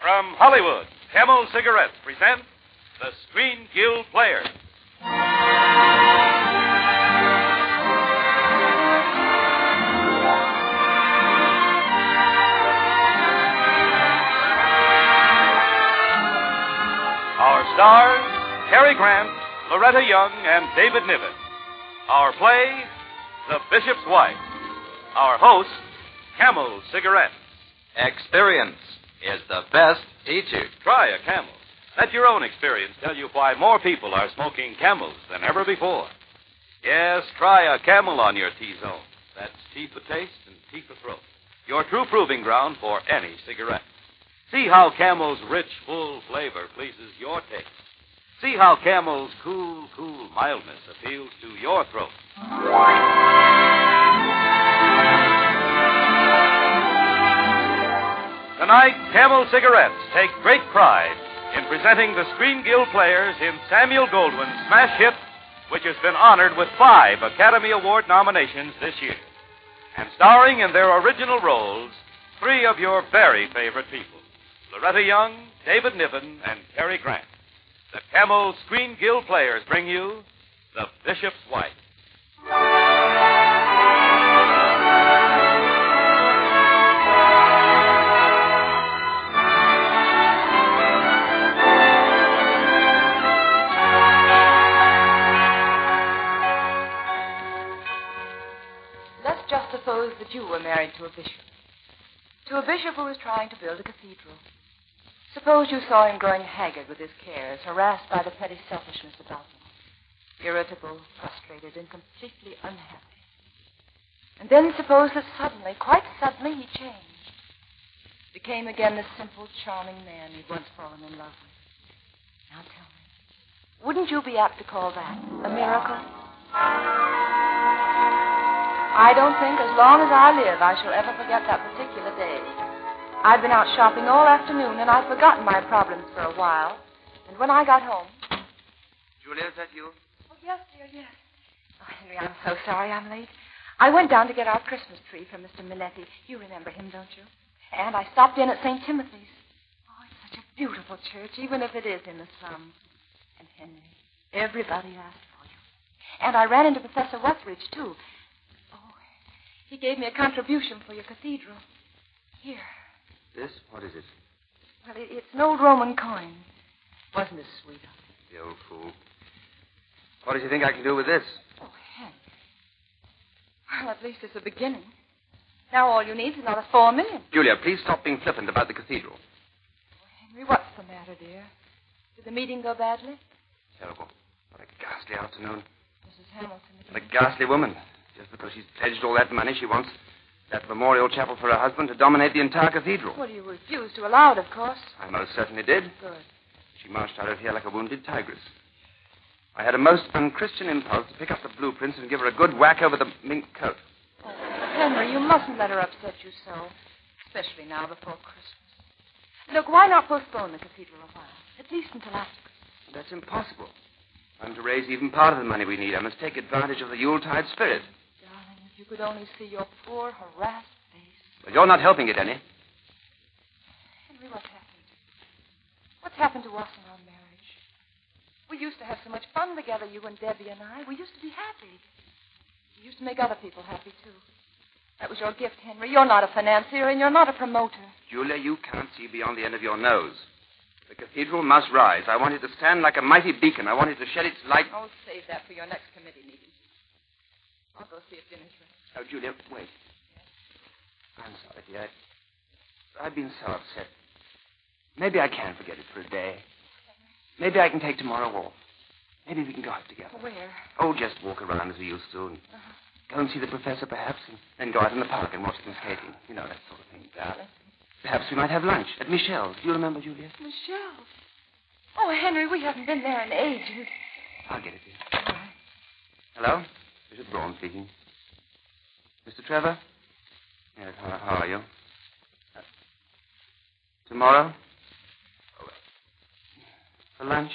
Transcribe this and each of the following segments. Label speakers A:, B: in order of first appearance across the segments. A: From Hollywood, Camel Cigarettes present The Screen Guild Player. Our stars, Cary Grant, Loretta Young, and David Niven. Our play, The Bishop's Wife. Our host, Camel Cigarettes.
B: Experience is the best E teacher.
A: Try a camel. Let your own experience tell you why more people are smoking camels than ever before. Yes, try a camel on your T zone. That's tea for taste and tea for throat. Your true proving ground for any cigarette. See how camel's rich, full flavor pleases your taste. See how camel's cool, cool mildness appeals to your throat. Tonight, Camel Cigarettes take great pride in presenting the Screen Guild players in Samuel Goldwyn's smash hit, which has been honored with five Academy Award nominations this year. And starring in their original roles, three of your very favorite people Loretta Young, David Niven, and Cary Grant. The Camel Screen Guild players bring you The Bishop's Wife.
C: Let's just suppose that you were married to a bishop. To a bishop who was trying to build a cathedral. Suppose you saw him growing haggard with his cares, harassed by the petty selfishness about him, irritable, frustrated, and completely unhappy. And then suppose that suddenly, quite suddenly, he changed. Became again the simple, charming man you'd once fallen in love with. Now tell me, wouldn't you be apt to call that a miracle? I don't think, as long as I live, I shall ever forget that particular day. I'd been out shopping all afternoon, and I'd forgotten my problems for a while. And when I got home.
B: Julia, is that you?
C: Oh, yes, dear, yes. Oh, Henry, I'm so sorry I'm late. I went down to get our Christmas tree from Mr. Minetti. You remember him, don't you? And I stopped in at St. Timothy's. Oh, it's such a beautiful church, even if it is in the slums. And Henry, everybody asked for you. And I ran into Professor Wethridge, too. Oh, he gave me a contribution for your cathedral. Here.
B: This? What is it?
C: Well, it, it's an old Roman coin. Wasn't it sweet of him?
B: The old fool. What does he think I can do with this?
C: Oh, Henry. Well, at least it's a beginning. Now all you need is another four million.
B: Julia, please stop being flippant about the cathedral.
C: Henry, what's the matter, dear? Did the meeting go badly?
B: Terrible. What a ghastly afternoon.
C: Mrs. Hamilton. it-
B: What a ghastly woman. Just because she's pledged all that money she wants, that memorial chapel for her husband, to dominate the entire cathedral.
C: Well, you refused to allow it, of course.
B: I most certainly did.
C: Good.
B: She marched out of here like a wounded tigress. I had a most unchristian impulse to pick up the blueprints and give her a good whack over the mink coat.
C: Oh, Henry, you mustn't let her upset you so, especially now before Christmas. Look, why not postpone the cathedral a while? At least until after.
B: That's impossible. I'm to raise even part of the money we need. I must take advantage of the Yuletide spirit.
C: Darling, if you could only see your poor, harassed face.
B: But you're not helping it any.
C: Henry, what's happened? What's happened to us in our marriage? We used to have so much fun together, you and Debbie and I. We used to be happy. We used to make other people happy, too. That was your gift, Henry. You're not a financier and you're not a promoter.
B: Julia, you can't see beyond the end of your nose. The cathedral must rise. I want it to stand like a mighty beacon. I want it to shed its light.
C: I'll save that for your next committee meeting. I'll go see if dinner's ready.
B: Oh, Julia, wait. I'm sorry, dear. I- I've been so upset. Maybe I can forget it for a day. Maybe I can take tomorrow off. Maybe we can go out together.
C: Where?
B: Oh, just walk around as we used to. And go and see the professor, perhaps, and then go out in the park and watch them skating. You know, that sort of thing, darling. Perhaps we might have lunch at Michelle's. Do you remember, Julia?
C: Michelle. Oh, Henry, we haven't been there in ages.
B: I'll get it, dear. Hello? Bishop Braun speaking. Mr. Trevor? Yes, how, how are you? Uh, tomorrow? Oh, uh, For lunch?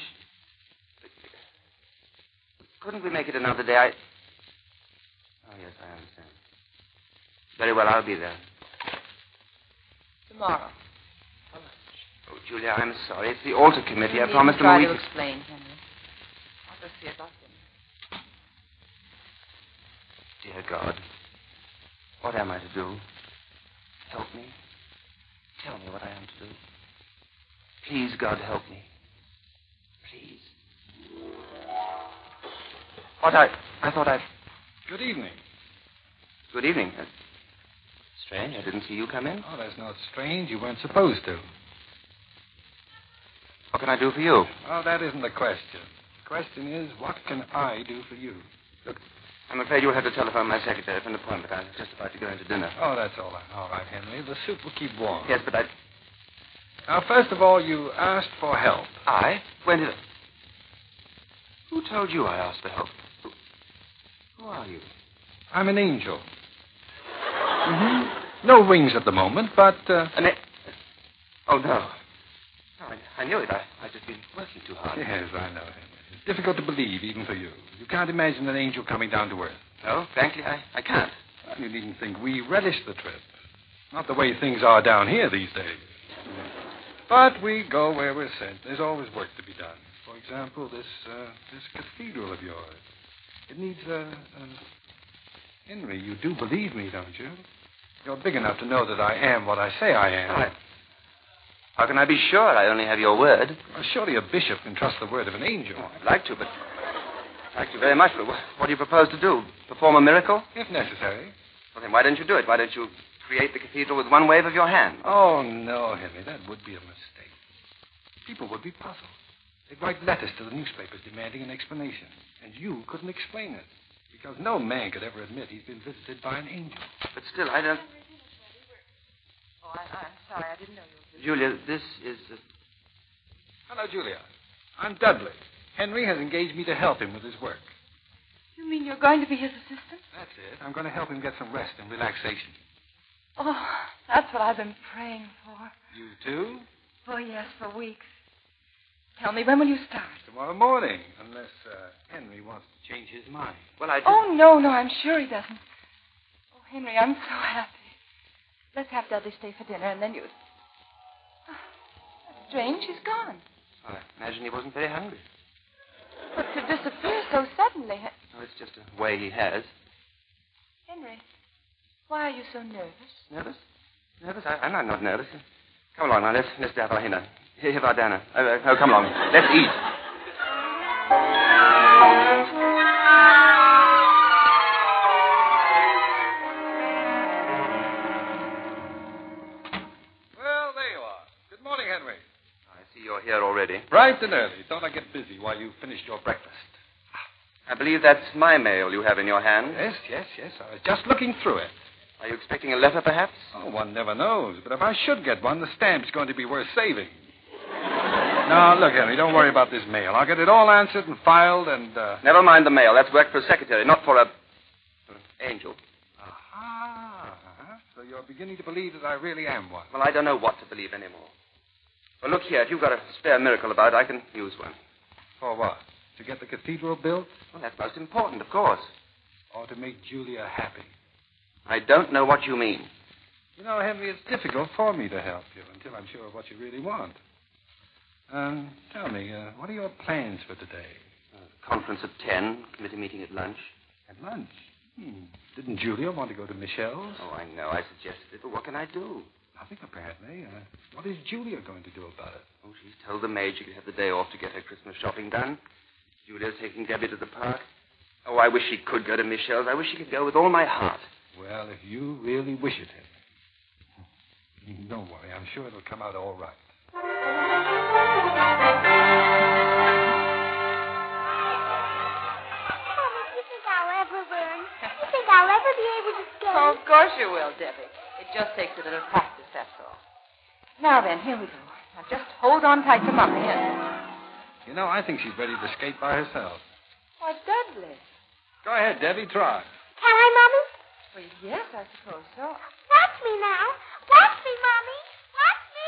B: Couldn't we make it another day? I... Oh, yes, I understand. Very well, I'll be there.
C: Tomorrow.
B: Oh, Julia, I'm sorry. It's the altar committee. I promised them a
C: try
B: week.
C: to explain, Henry. I'll just see about them.
B: Dear God, what am I to do? Help me. Tell me what I am to do. Please, God, help me. Please. What I. I thought I.
D: Good evening.
B: Good evening. That's strange. I didn't see you come in.
D: Oh, that's not strange. You weren't supposed to.
B: What can I do for you?
D: Oh, that isn't the question. The question is, what can I do for you?
B: I'm afraid you'll have to telephone my secretary for an appointment. I'm just about to go into dinner. Oh,
D: Oh, that's all right. All right, Henry. The soup will keep warm.
B: Yes, but I.
D: Now, first of all, you asked for help.
B: I? When did I... Who told you I asked for help? Who, who are you?
D: I'm an angel. Mm-hmm. No wings at the moment, but uh,
B: An a- Oh, no. No, I, I knew it. I, I've just been working too hard.
D: yes, I know, Henry. It's difficult to believe, even for you. You can't imagine an angel coming down to earth.
B: No, frankly, I, I can't.
D: Well, you needn't think we relish the trip. Not the way things are down here these days. But we go where we're sent. There's always work to be done. For example, this uh, this cathedral of yours. It needs a. Uh, uh, Henry, you do believe me, don't you? You're big enough to know that I am what I say I am.
B: I... How can I be sure? I only have your word.
D: Well, surely a bishop can trust the word of an angel.
B: Oh, I'd like to, but... I'd like to very much, but what, what do you propose to do? Perform a miracle?
D: If necessary.
B: Well, then why don't you do it? Why don't you create the cathedral with one wave of your hand?
D: Oh, no, Henry, that would be a mistake. People would be puzzled. They'd write letters to the newspapers demanding an explanation, and you couldn't explain it because no man could ever admit he's been visited by an angel.
B: But still, I don't...
C: Oh, I, I'm sorry. I didn't know you were busy.
B: Julia, this is... Uh...
D: Hello, Julia. I'm Dudley. Henry has engaged me to help him with his work.
C: You mean you're going to be his assistant?
D: That's it. I'm going to help him get some rest and relaxation.
C: Oh, that's what I've been praying for.
D: You too?
C: Oh, yes, for weeks. Tell me, when will you start?
D: Tomorrow morning, unless uh, Henry wants to change his mind.
B: Well, I... Just...
C: Oh, no, no, I'm sure he doesn't. Oh, Henry, I'm so happy. Let's have Dudley stay for dinner, and then you... That's strange, she's gone.
B: I imagine he wasn't very hungry.
C: But to disappear so suddenly... Hen-
B: Oh, it's just a way he has.
C: Henry, why are you so nervous?
B: Nervous? Nervous? I, I'm not, not nervous. Come along now. Let's, let's have our dinner. Here, have our dinner. Oh, uh, oh, come along. Let's eat.
D: Well, there you are. Good morning, Henry.
B: I see you're here already.
D: Bright and early. Thought I'd get busy while you finished your breakfast.
B: I believe that's my mail you have in your hand.
D: Yes, yes, yes. I was just looking through it.
B: Are you expecting a letter, perhaps?
D: Oh, one never knows. But if I should get one, the stamp's going to be worth saving. now, look, Henry, don't worry about this mail. I'll get it all answered and filed and. Uh...
B: Never mind the mail. That's work for a secretary, not for a... for an angel.
D: Aha. So you're beginning to believe that I really am one.
B: Well, I don't know what to believe anymore. Well, look here. If you've got a spare miracle about, I can use one.
D: For what? To get the cathedral built
B: Well, that's most important, of course.
D: or to make Julia happy?
B: I don't know what you mean.
D: You know, Henry, it's difficult for me to help you until I'm sure of what you really want. Um, tell me, uh, what are your plans for today?
B: Uh, conference at 10, committee meeting at lunch.
D: At lunch? Hmm. Didn't Julia want to go to Michelle's?
B: Oh, I know. I suggested it, but what can I do?
D: Nothing, apparently. Uh, what is Julia going to do about it?
B: Oh, she's told the maid she could have the day off to get her Christmas shopping done. Julia's taking Debbie to the park. Oh, I wish she could go to Michelle's. I wish she could go with all my heart.
D: Well, if you really wish it, Henry. Don't worry. I'm sure it'll come out all right.
E: Mama, do you think I'll ever learn? Do you think I'll ever be able to skate?
C: Oh, of course you will, Debbie. It just takes a little practice, that's all. Now then, here we go. Now just hold on tight to Mummy. And...
D: You know, I think she's ready to skate by herself.
C: Why, Dudley.
D: Go ahead, Debbie. Try.
E: Can I, Mommy?
C: Well, yes, I suppose so.
E: Watch me now. Watch me, Mommy. Watch me.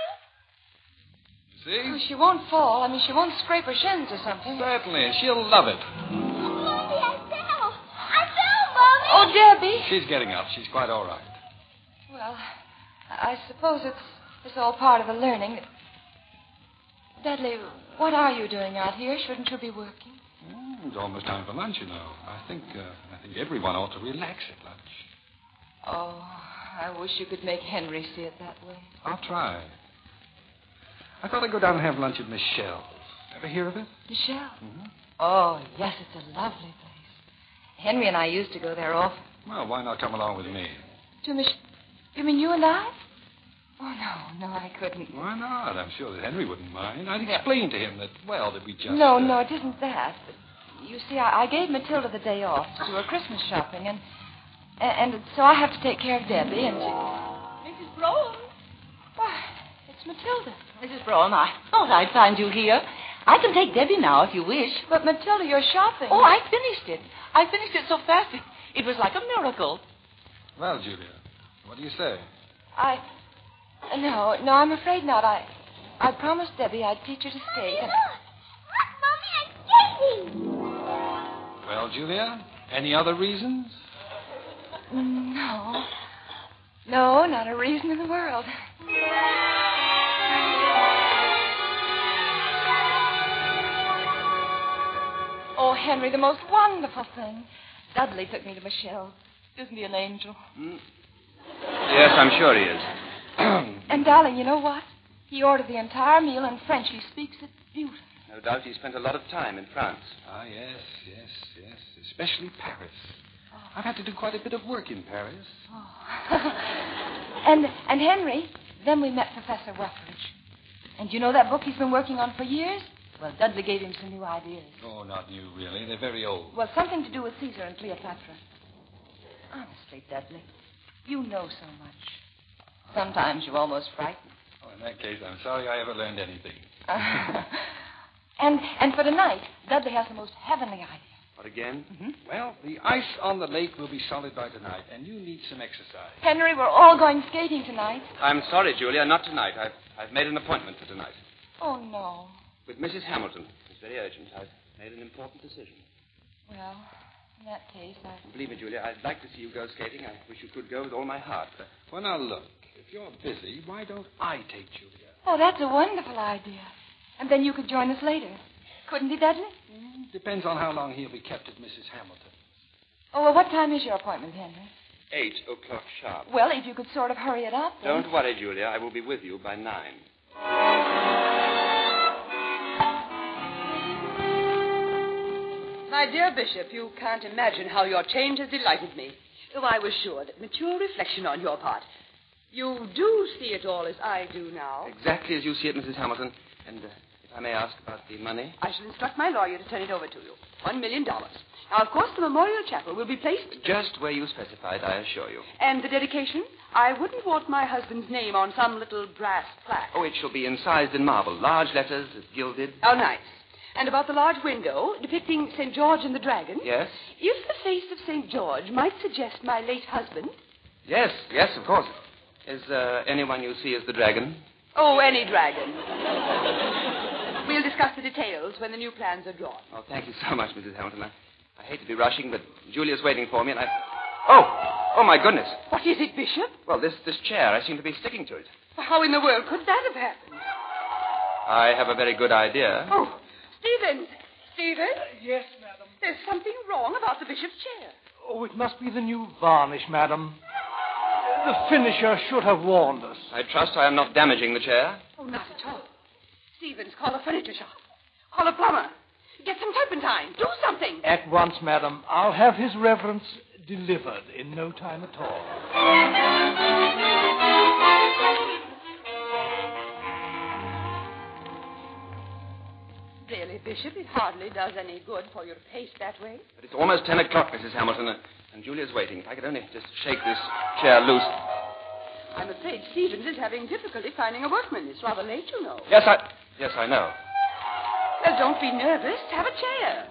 C: Well,
D: See?
C: she won't fall. I mean, she won't scrape her shins or something.
D: Certainly. She'll love it.
E: Mommy, I fell. I fell, Mommy.
C: Oh, Debbie.
D: She's getting up. She's quite all right.
C: Well, I I suppose it's it's all part of the learning. Dudley, what are you doing out here? Shouldn't you be working?
D: Mm, it's almost time for lunch, you know. I think uh, I think everyone ought to relax at lunch.
C: Oh, I wish you could make Henry see it that way.
D: I'll try. I thought I'd go down and have lunch at Michelle's. Ever hear of it?
C: Michelle.
D: Mhm.
C: Oh, yes, it's a lovely place. Henry and I used to go there often.
D: Well, why not come along with me?
C: To Mich- You mean you and I? Oh, no, no, I couldn't.
D: Why not? I'm sure that Henry wouldn't mind. I'd
C: Yeah.
D: explain to him that, well, that we just.
C: no,
D: uh,
C: no, it isn't that. But you see, I, I gave Matilda the day off to do her Christmas shopping, and, and and so I have to take care of Debbie, and she...
F: Mrs. Brougham.
C: Why, it's Matilda.
F: Mrs. Brougham, I thought I'd find you here. I can take Debbie now if you wish.
C: But Matilda, you're shopping.
F: Oh, I finished it. I finished it so fast, it, it was like a miracle.
D: Well, Julia, what do you say?
C: I... No, no, I'm afraid not. I I promised Debbie I'd teach her to
E: Mommy,
C: skate. and-
E: look. Look, Mommy, I'm skating.
D: Well, Julia, any other reasons?
C: No. No, not a reason in the world. Oh, Henry, the most wonderful thing. Dudley took me to Michelle. Isn't he an angel?
B: Yes, I'm sure he is.
C: And, darling, you know what? He ordered the entire meal in French. He speaks it beautifully.
B: No doubt he spent a lot of time in France.
D: Ah, yes, yes, yes. Especially Paris. I've had to do quite a bit of work in Paris.
C: and, and Henry, then we met Professor Wethridge. And you know that book he's been working on for years? Well, Dudley gave him some new ideas.
D: Oh, not new, really. They're very old.
C: Well, something to do with Caesar and Cleopatra. Honestly, Dudley, you know so much. Sometimes you almost frighten.
D: Oh, in that case, I'm sorry I ever learned anything.
C: and and for tonight, Dudley has the most heavenly idea.
B: What again?
D: Well, the ice on the lake will be solid by tonight, and you need some exercise.
C: Henry, we're all going skating tonight.
B: I'm sorry, Julia, not tonight. I've, I've made an appointment for tonight.
C: Oh no.
B: With Mrs. Hamilton. It's very urgent. I've made an important decision.
C: Well, in that case, I.
B: Believe me, Julia, I'd like to see you go skating. I wish you could go with all my heart. But
D: Well, now look, if you're busy, why don't I take Julia?
C: Oh, that's a wonderful idea. And then you could join us later, couldn't he, Dudley?
D: Depends on how long he'll be kept at Mrs. Hamilton.
C: Oh well, what time is your appointment, Henry?
B: eight o'clock sharp.
C: Well, if you could sort of hurry it up. then-
B: Don't worry, Julia. I will be with you by nine.
G: My dear Bishop, you can't imagine how your change has delighted me. Though I was sure that mature reflection on your part. You do see it all as I do now.
B: Exactly as you see it, Mrs. Hamilton. And uh, if I may ask about the money.
G: I shall instruct my lawyer to turn it over to you. One million dollars. Now, of course, the memorial chapel will be placed.
B: Just where you specified, I assure you.
G: And the dedication? I wouldn't want my husband's name on some little brass plaque.
B: Oh, it shall be incised in marble, large letters, gilded.
G: How Oh, nice. And about the large window depicting St. George and the Dragon?
B: Yes?
G: If the face of St. George might suggest my late husband.
B: Yes, yes, of course. Is uh, anyone you see as the dragon?
G: Oh, any dragon. we'll discuss the details when the new plans are drawn.
B: Oh, thank you so much, Mrs. Hamilton. I, I hate to be rushing, but Julia's waiting for me, and I. Oh! Oh, my goodness.
G: What is it, Bishop?
B: Well, this, this chair, I seem to be sticking to it.
G: How in the world could that have happened?
B: I have a very good idea.
G: Oh, Stevens. Stevens,
H: Uh, Yes, madam.
G: there's something wrong about the bishop's chair.
H: Oh, it must be the new varnish, madam. The finisher should have warned us.
B: I trust I am not damaging the chair.
G: Oh, not at all. Stevens, call a furniture shop. Call a plumber. Get some turpentine. Do something.
H: At once, madam. I'll have his reverence delivered in no time at all.
G: Really, Bishop, it hardly does any good for your pace that way.
B: But it's almost ten o'clock, Mrs. Hamilton, and- and Julia's waiting. If I could only just shake this chair loose.
G: I'm afraid Stevens is having difficulty finding a workman. It's rather late, you know.
B: Yes, I. Yes, I know.
G: Well, don't be nervous. Have a chair.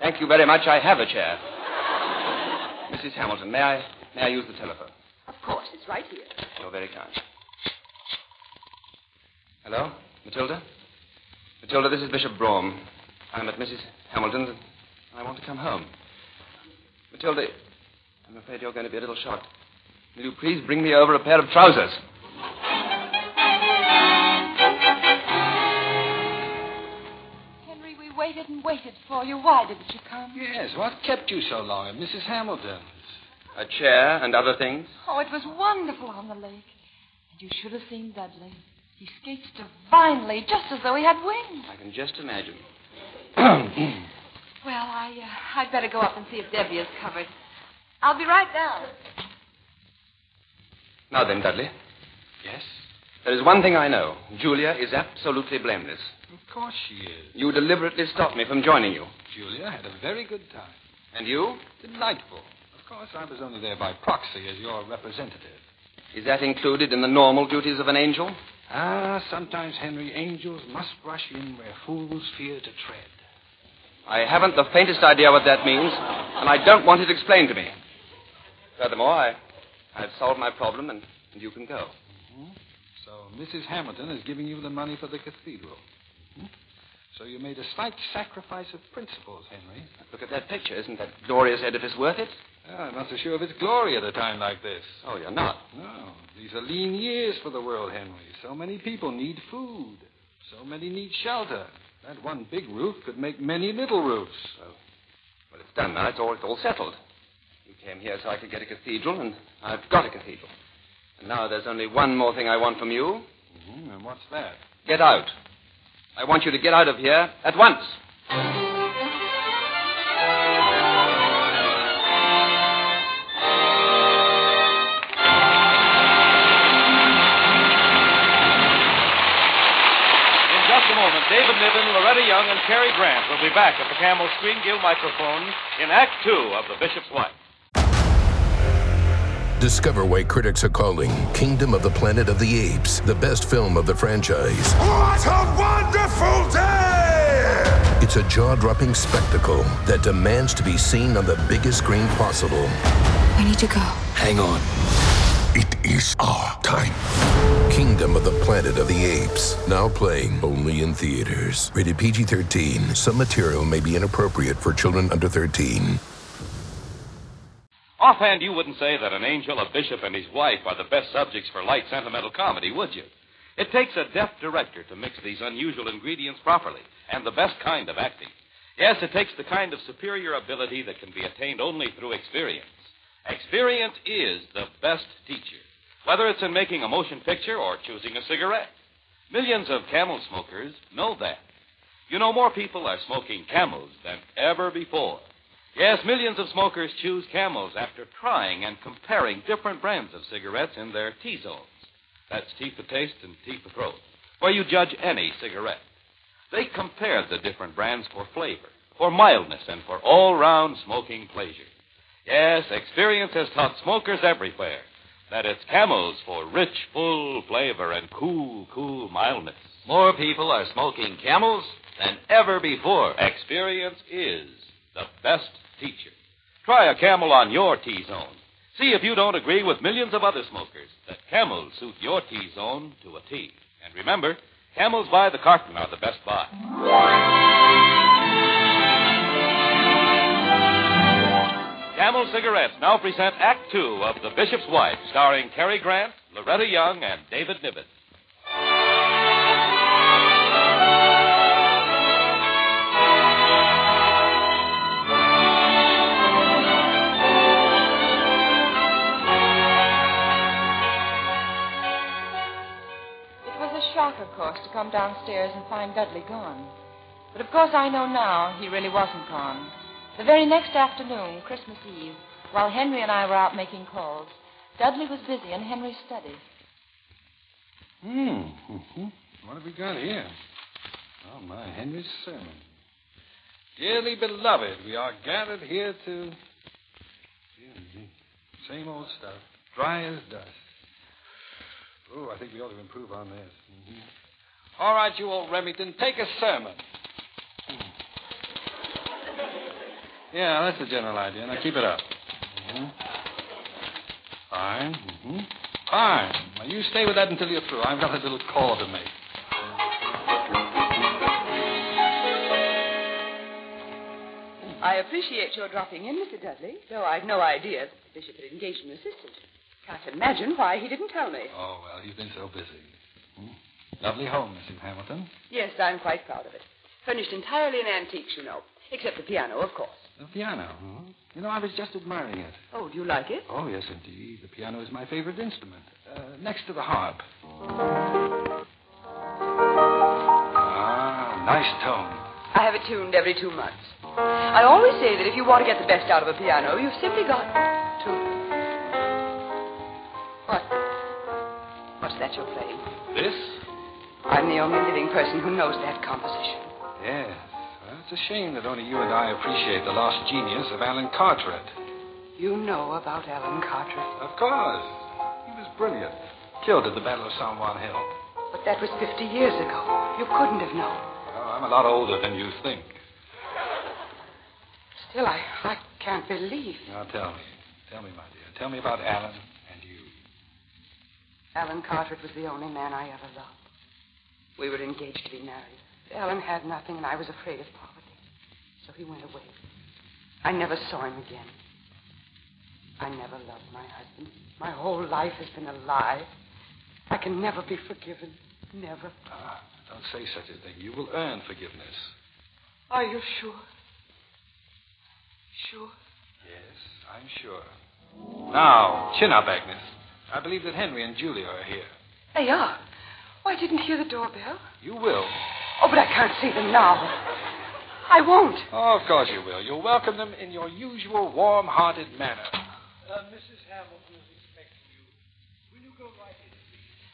B: Thank you very much. I have a chair. Mrs. Hamilton, may I may I use the telephone?
G: Of course, it's right here.
B: You're very kind. Hello, Matilda. Matilda, this is Bishop Brougham. I'm at Mrs. Hamilton's, and I want to come home. Matilda, I'm afraid you're going to be a little shocked. Will you please bring me over a pair of trousers?
F: waited and waited for you. Why didn't you come?
D: Yes, what kept you so long at Mrs. Hamilton's?
B: A chair and other things?
F: Oh, it was wonderful on the lake. And you should have seen Dudley. He skates divinely, just as though he had wings.
B: I can just imagine.
F: Well, I, uh, I'd better go up and see if Debbie is covered. I'll be right down.
B: Now then, Dudley,
D: Yes?
B: there is one thing I know. Julia is absolutely blameless.
D: Of course she is.
B: You deliberately stopped me from joining you.
D: Julia had a very good time.
B: And you?
D: Delightful. Of course, I was only there by proxy as your representative.
B: Is that included in the normal duties of an angel?
D: Ah, sometimes, Henry, angels must rush in where fools fear to tread.
B: I haven't the faintest idea what that means, and I don't want it explained to me. Furthermore, I, I've solved my problem, and, and you can go.
D: So Mrs. Hamilton is giving you the money for the cathedral. Hmm? So you made a slight sacrifice of principles, Henry.
B: Look at that picture. Isn't that glorious edifice worth it?
D: Ah, I'm not so sure of its glory at a time like this.
B: Oh, you're not.
D: No, these are lean years for the world, Henry. So many people need food. So many need shelter. That one big roof could make many little roofs.
B: Well, it's done now. It's all, it's all settled. You came here so I could get a cathedral, and I've got a cathedral. And now there's only one more thing I want from you.
D: Mhm, And what's that?
B: Get out. I want you to get out of here at once.
A: In just a moment, David Niven, Loretta Young, and Cary Grant will be back at the Camel Screen Gill microphone in Act Two of The Bishop's Wife.
I: Discover why critics are calling Kingdom of the Planet of the Apes the best film of the franchise.
J: What a wonderful day!
I: It's a jaw dropping spectacle that demands to be seen on the biggest screen possible.
K: We need to go.
I: Hang on.
J: It is our time.
I: Kingdom of the Planet of the Apes. Now playing only in theaters. Rated PG 13. Some material may be inappropriate for children under 13.
A: Offhand, you wouldn't say that an angel, a bishop, and his wife are the best subjects for light sentimental comedy, would you? It takes a deft director to mix these unusual ingredients properly, and the best kind of acting. Yes, it takes the kind of superior ability that can be attained only through experience. Experience is the best teacher, whether it's in making a motion picture or choosing a cigarette. Millions of camel smokers know that. You know, more people are smoking camels than ever before. Yes, millions of smokers choose camels after trying and comparing different brands of cigarettes in their T zones. That's teeth for taste and teeth for throat, where you judge any cigarette. They compared the different brands for flavor, for mildness, and for all round smoking pleasure. Yes, experience has taught smokers everywhere that it's camels for rich, full flavor and cool, cool mildness.
B: More people are smoking camels than ever before.
A: Experience is the best teacher. Try a camel on your T zone. See if you don't agree with millions of other smokers that camels suit your T zone to a T. And remember, camels by the carton are the best buy. Camel Cigarettes now present Act Two of The Bishop's Wife, starring Cary Grant, Loretta Young, and David Niven.
C: It was a shock, of course, to come downstairs and find Dudley gone. But of course I know now he really wasn't gone. The very next afternoon, Christmas Eve, while Henry and I were out making calls, Dudley was busy in Henry's study.
D: Hmm. mhm. What have we got here? Oh, my, Henry's sermon. Dearly beloved, we are gathered here to. Dear me. Same old stuff, dry as dust. Oh, I think we ought to improve on this. Mhm. All right, you old Remington, take a sermon. Hmm. Yeah, that's the general idea. Now keep it up. Mhm. Fine. hmm Fine. Now you stay with that until you're through. I've got a little call to make.
G: I appreciate your dropping in, Mr. Dudley, though I'd no idea that the bishop had engaged an assistant. Can't imagine why he didn't tell me.
D: Oh, well, you've been so busy. Hmm? Lovely Mm-hmm. home, Mrs. Hamilton.
G: Yes, I'm quite proud of it. Furnished entirely in antiques, you know. Except the piano, of course.
D: The piano. huh? You know, I was just admiring it.
G: Oh, do you like it?
D: Oh, yes, indeed. The piano is my favorite instrument, uh, next to the harp. Ah, nice tone.
G: I have it tuned every two months. I always say that if you want to get the best out of a piano, you've simply got to. What? What's that you're playing?
D: This?
G: I'm the only living person who knows that composition.
D: Yes. Well, it's a shame that only you and I appreciate the lost genius of Alan Carteret.
G: You know about Alan Carteret.
D: Of course. He was brilliant. Killed at the Battle of San Juan Hill.
G: But that was 50 years ago. You couldn't have known.
D: Well, I'm a lot older than you think.
G: Still, I, I can't believe.
D: Now tell me. Tell me, my dear. Tell me about Alan and you.
G: Alan Carteret was the only man I ever loved. We were engaged to be married. Alan had nothing, and I was afraid of poverty. So he went away. I never saw him again. I never loved my husband. My whole life has been a lie. I can never be forgiven. Never.
D: Ah, don't say such a thing. You will earn forgiveness.
G: Are you sure? Sure.
D: Yes, I'm sure. Now, chin up, Agnes. I believe that Henry and Julia are here.
G: They are. Oh, I didn't hear the doorbell.
D: You will.
G: Oh, but I can't see them now. I won't.
D: Oh, of course you will. You'll welcome them in your usual warm-hearted manner. Uh, Mrs. Hamilton is expecting you. Will you go right in?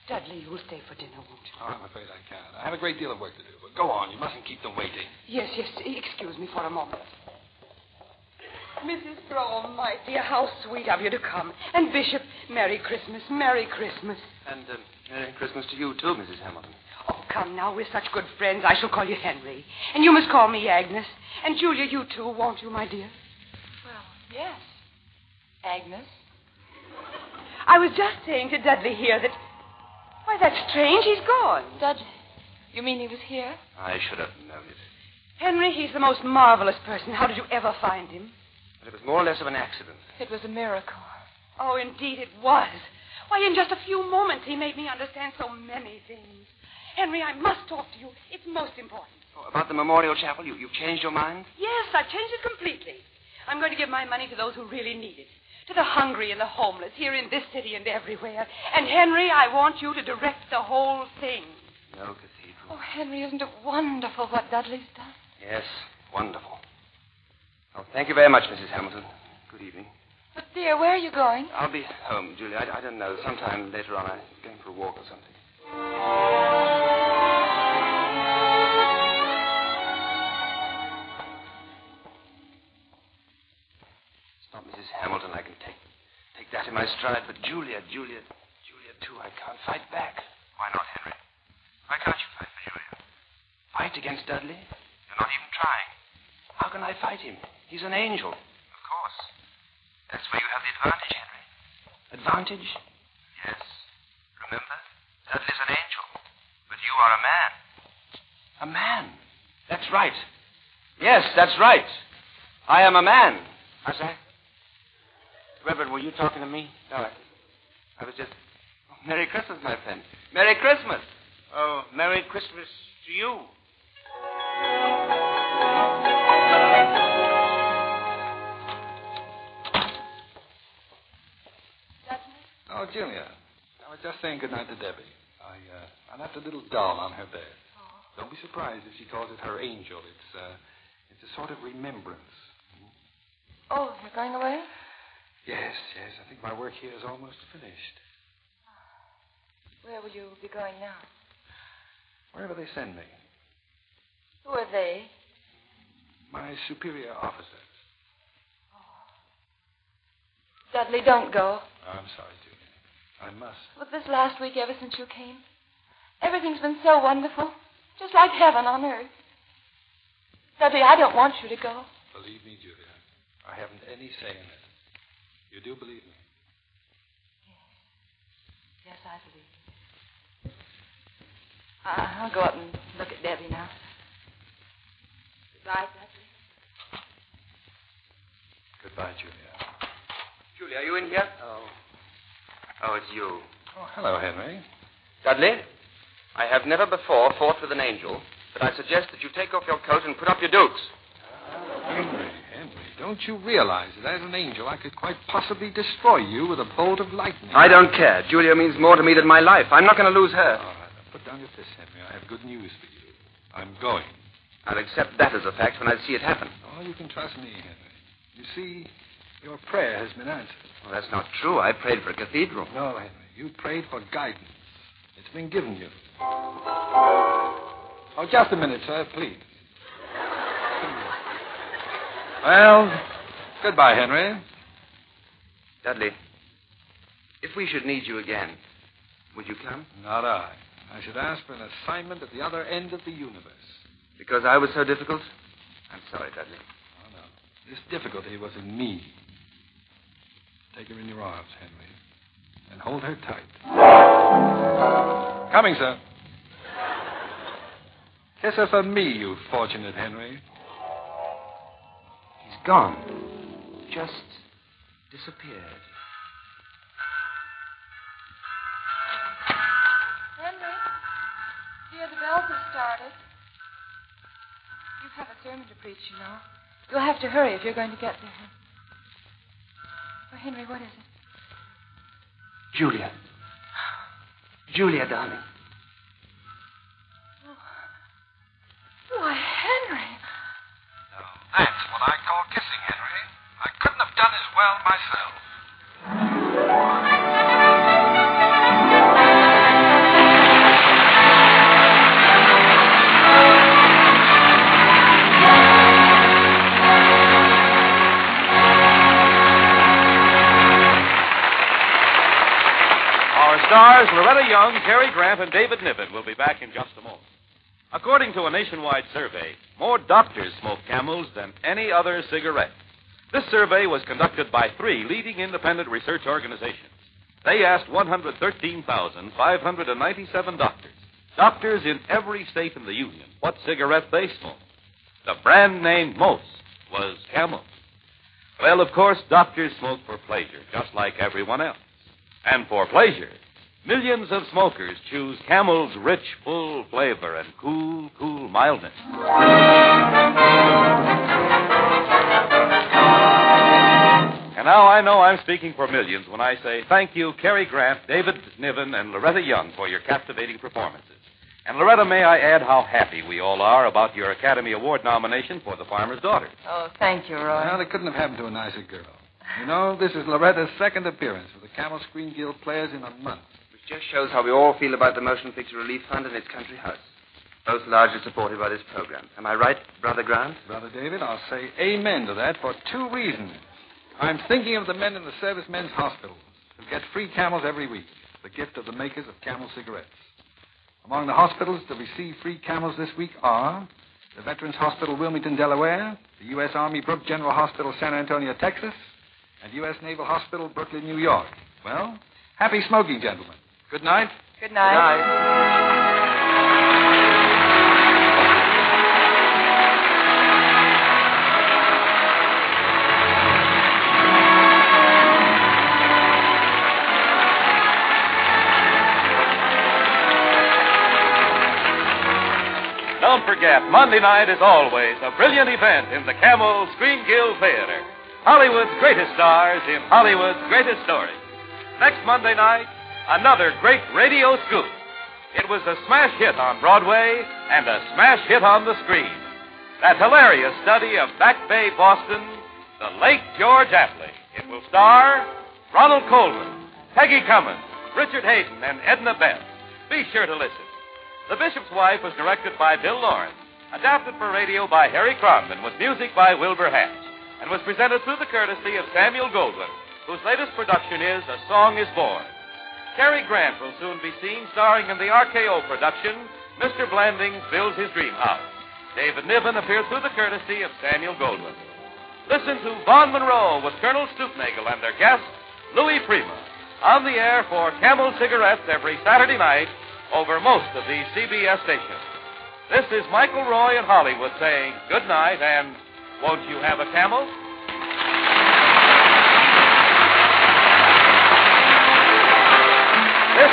G: Dudley, you'll stay for dinner, won't you?
D: Oh, I'm afraid I can't. I have a great deal of work to do. But go on. You mustn't keep them waiting.
G: Yes, yes. Excuse me for a moment. Mrs. Brougham, my dear, how sweet of you to come. And Bishop, Merry Christmas, Merry Christmas.
B: And um, Merry Christmas to you, too, Mrs. Hamilton.
G: Oh, come now, we're such good friends. I shall call you Henry. And you must call me Agnes. And Julia, you too, won't you, my dear?
C: Well, yes. Agnes?
G: I was just saying to Dudley here that. Why, that's strange. He's gone.
C: Dudley, you mean he was here?
B: I should have known it.
G: Henry, he's the most marvelous person. How did you ever find him?
B: But it was more or less of an accident.
C: It was a miracle.
G: Oh, indeed it was. Why, in just a few moments he made me understand so many things. Henry, I must talk to you. It's most important.
B: Oh, about the memorial chapel, you, you've changed your mind?
G: Yes, I've changed it completely. I'm going to give my money to those who really need it. To the hungry and the homeless, here in this city and everywhere. And Henry, I want you to direct the whole thing.
B: No cathedral.
C: Oh, Henry, isn't it wonderful what Dudley's done?
B: Yes, wonderful. Oh, thank you very much, Mrs. Hamilton. Good evening.
C: But, dear, where are you going?
B: I'll be home, Julie. I, I don't know. Sometime later on, I'm going for a walk or something. It's not Mrs. Hamilton I can take take that in my stride, but Julia, Julia, Julia too. I can't fight back. Why not, Henry? Why can't you fight for Julia? Fight against Dudley? You're not even trying. How can I fight him? He's an angel. Of course. That's where you have the advantage, Henry. Advantage? Yes. Remember? Dudley's an angel. But you are a man. A man? That's right. Yes, that's right. I am a man. Was I? Reverend, were you talking to me? No, I, I was just. Oh, Merry Christmas, my friend. Merry Christmas.
K: Oh, Merry Christmas to you.
D: Oh, Julia. I was just saying goodnight to Debbie. I, uh, I left a little doll on her bed. Don't be surprised if she calls it her angel. It's, uh, it's a sort of remembrance.
C: Oh, you're going away?
D: Yes, yes. I think my work here is almost finished.
C: Ah. Where will you be going now?
D: Wherever they send me,
C: Who are they?
D: my superior officers.
C: Dudley, don't go.
D: Oh, I'm sorry, Julia. I must.
C: But this last week, ever since you came, everything's been so wonderful. Just like heaven on earth. Dudley, I don't want you to go.
D: Believe me, Julia. I haven't any say in it. You do believe me?
C: Yes, I believe. Uh, I'll go up and look at Debbie now. Goodbye, Dudley.
D: Goodbye, Julia.
B: Julie, are you in here? Oh. Oh, it's you.
D: Oh, hello, Henry.
B: Dudley, I have never before fought with an angel, but I suggest that you take off your coat and put up your boots.
D: Henry, Henry, don't you realize that as an angel I could quite possibly destroy you with a bolt of lightning?
B: I don't care. Julia means more to me than my life. I'm not going to lose her.
D: All right, now put down your fist, Henry. I have good news for you. I'm going.
B: I'll accept that as a fact when I see it happen.
D: Oh, you can trust me, Henry. You see, your prayer has been answered.
B: Well, that's not true. I prayed for a cathedral.
D: No, Henry, you prayed for guidance. It's been given you. Oh, just a minute, sir, please. Well, goodbye, Henry.
B: Dudley, if we should need you again, would you come?
D: Not I. I should ask for an assignment at the other end of the universe.
B: Because I was so difficult? I'm sorry, Dudley.
D: Oh, no. This difficulty was in me. Take her in your arms, Henry, and hold her tight. Coming, sir. Kiss her for me, you fortunate Henry.
B: He's gone. Just disappeared.
F: Henry, dear, the bells have started. You have a sermon to preach, you know.
C: You'll have to hurry if you're going to get there.
F: Well, Oh, Henry, what is it?
B: Julia. Julia, darling.
F: Oh, Why, Henry.
D: That's what I call kissing, Henry. I couldn't have done as well myself.
A: Our stars, Loretta Young, Cary Grant, and David Niven will be back in just a moment. According to a nationwide survey, more doctors smoke camels than any other cigarette. This survey was conducted by three leading independent research organizations. They asked 113,597 doctors, doctors in every state in the Union, what cigarette they smoked. The brand name most was Camel. Well, of course, doctors smoke for pleasure, just like everyone else. And for pleasure, millions of smokers choose Camel's rich, full flavor and cool, cool mildness. And now I know I'm speaking for millions when I say thank you, Cary Grant, David Niven, and Loretta Young for your captivating performances. And Loretta, may I add how happy we all are about your Academy Award nomination for The Farmer's Daughter.
C: Oh, thank you, Roy.
D: Well, it couldn't have happened to a nicer girl. You know, this is Loretta's second appearance with the Camel Screen Guild players in a month.
B: Which just shows how we all feel about the Motion Picture Relief Fund and its country house. Both largely supported by this program. Am I right, Brother Grant?
D: Brother David, I'll say amen to that for two reasons. I'm thinking of the men in the service men's hospitals who get free camels every week, the gift of the makers of camel cigarettes. Among the hospitals to receive free camels this week are the Veterans Hospital, Wilmington, Delaware, the U.S. Army Brook General Hospital, San Antonio, Texas, and U.S. Naval Hospital, Brooklyn, New York. Well, happy smoking, gentlemen. Good night.
C: Good night. Good night.
A: Don't forget, Monday night is always a brilliant event in the Camel Screen Guild Theater. Hollywood's greatest stars in Hollywood's greatest stories. Next Monday night, another great radio scoop. It was a smash hit on Broadway and a smash hit on the screen. That hilarious study of Back Bay, Boston, the late George Apley. It will star Ronald Coleman, Peggy Cummins, Richard Hayden, and Edna Best. Be sure to listen. The Bishop's Wife was directed by Bill Lawrence, adapted for radio by Harry Cromden, with music by Wilbur Hatch, and was presented through the courtesy of Samuel Goldwyn, whose latest production is A Song Is Born. Cary Grant will soon be seen starring in the RKO production, Mr. Blandings Builds His Dream House. David Niven appears through the courtesy of Samuel Goldwyn. Listen to Von Monroe with Colonel Stupnagel and their guest, Louis Prima, on the air for Camel Cigarettes every Saturday night over most of these CBS stations. This is Michael Roy in Hollywood saying good night and won't you have a camel? This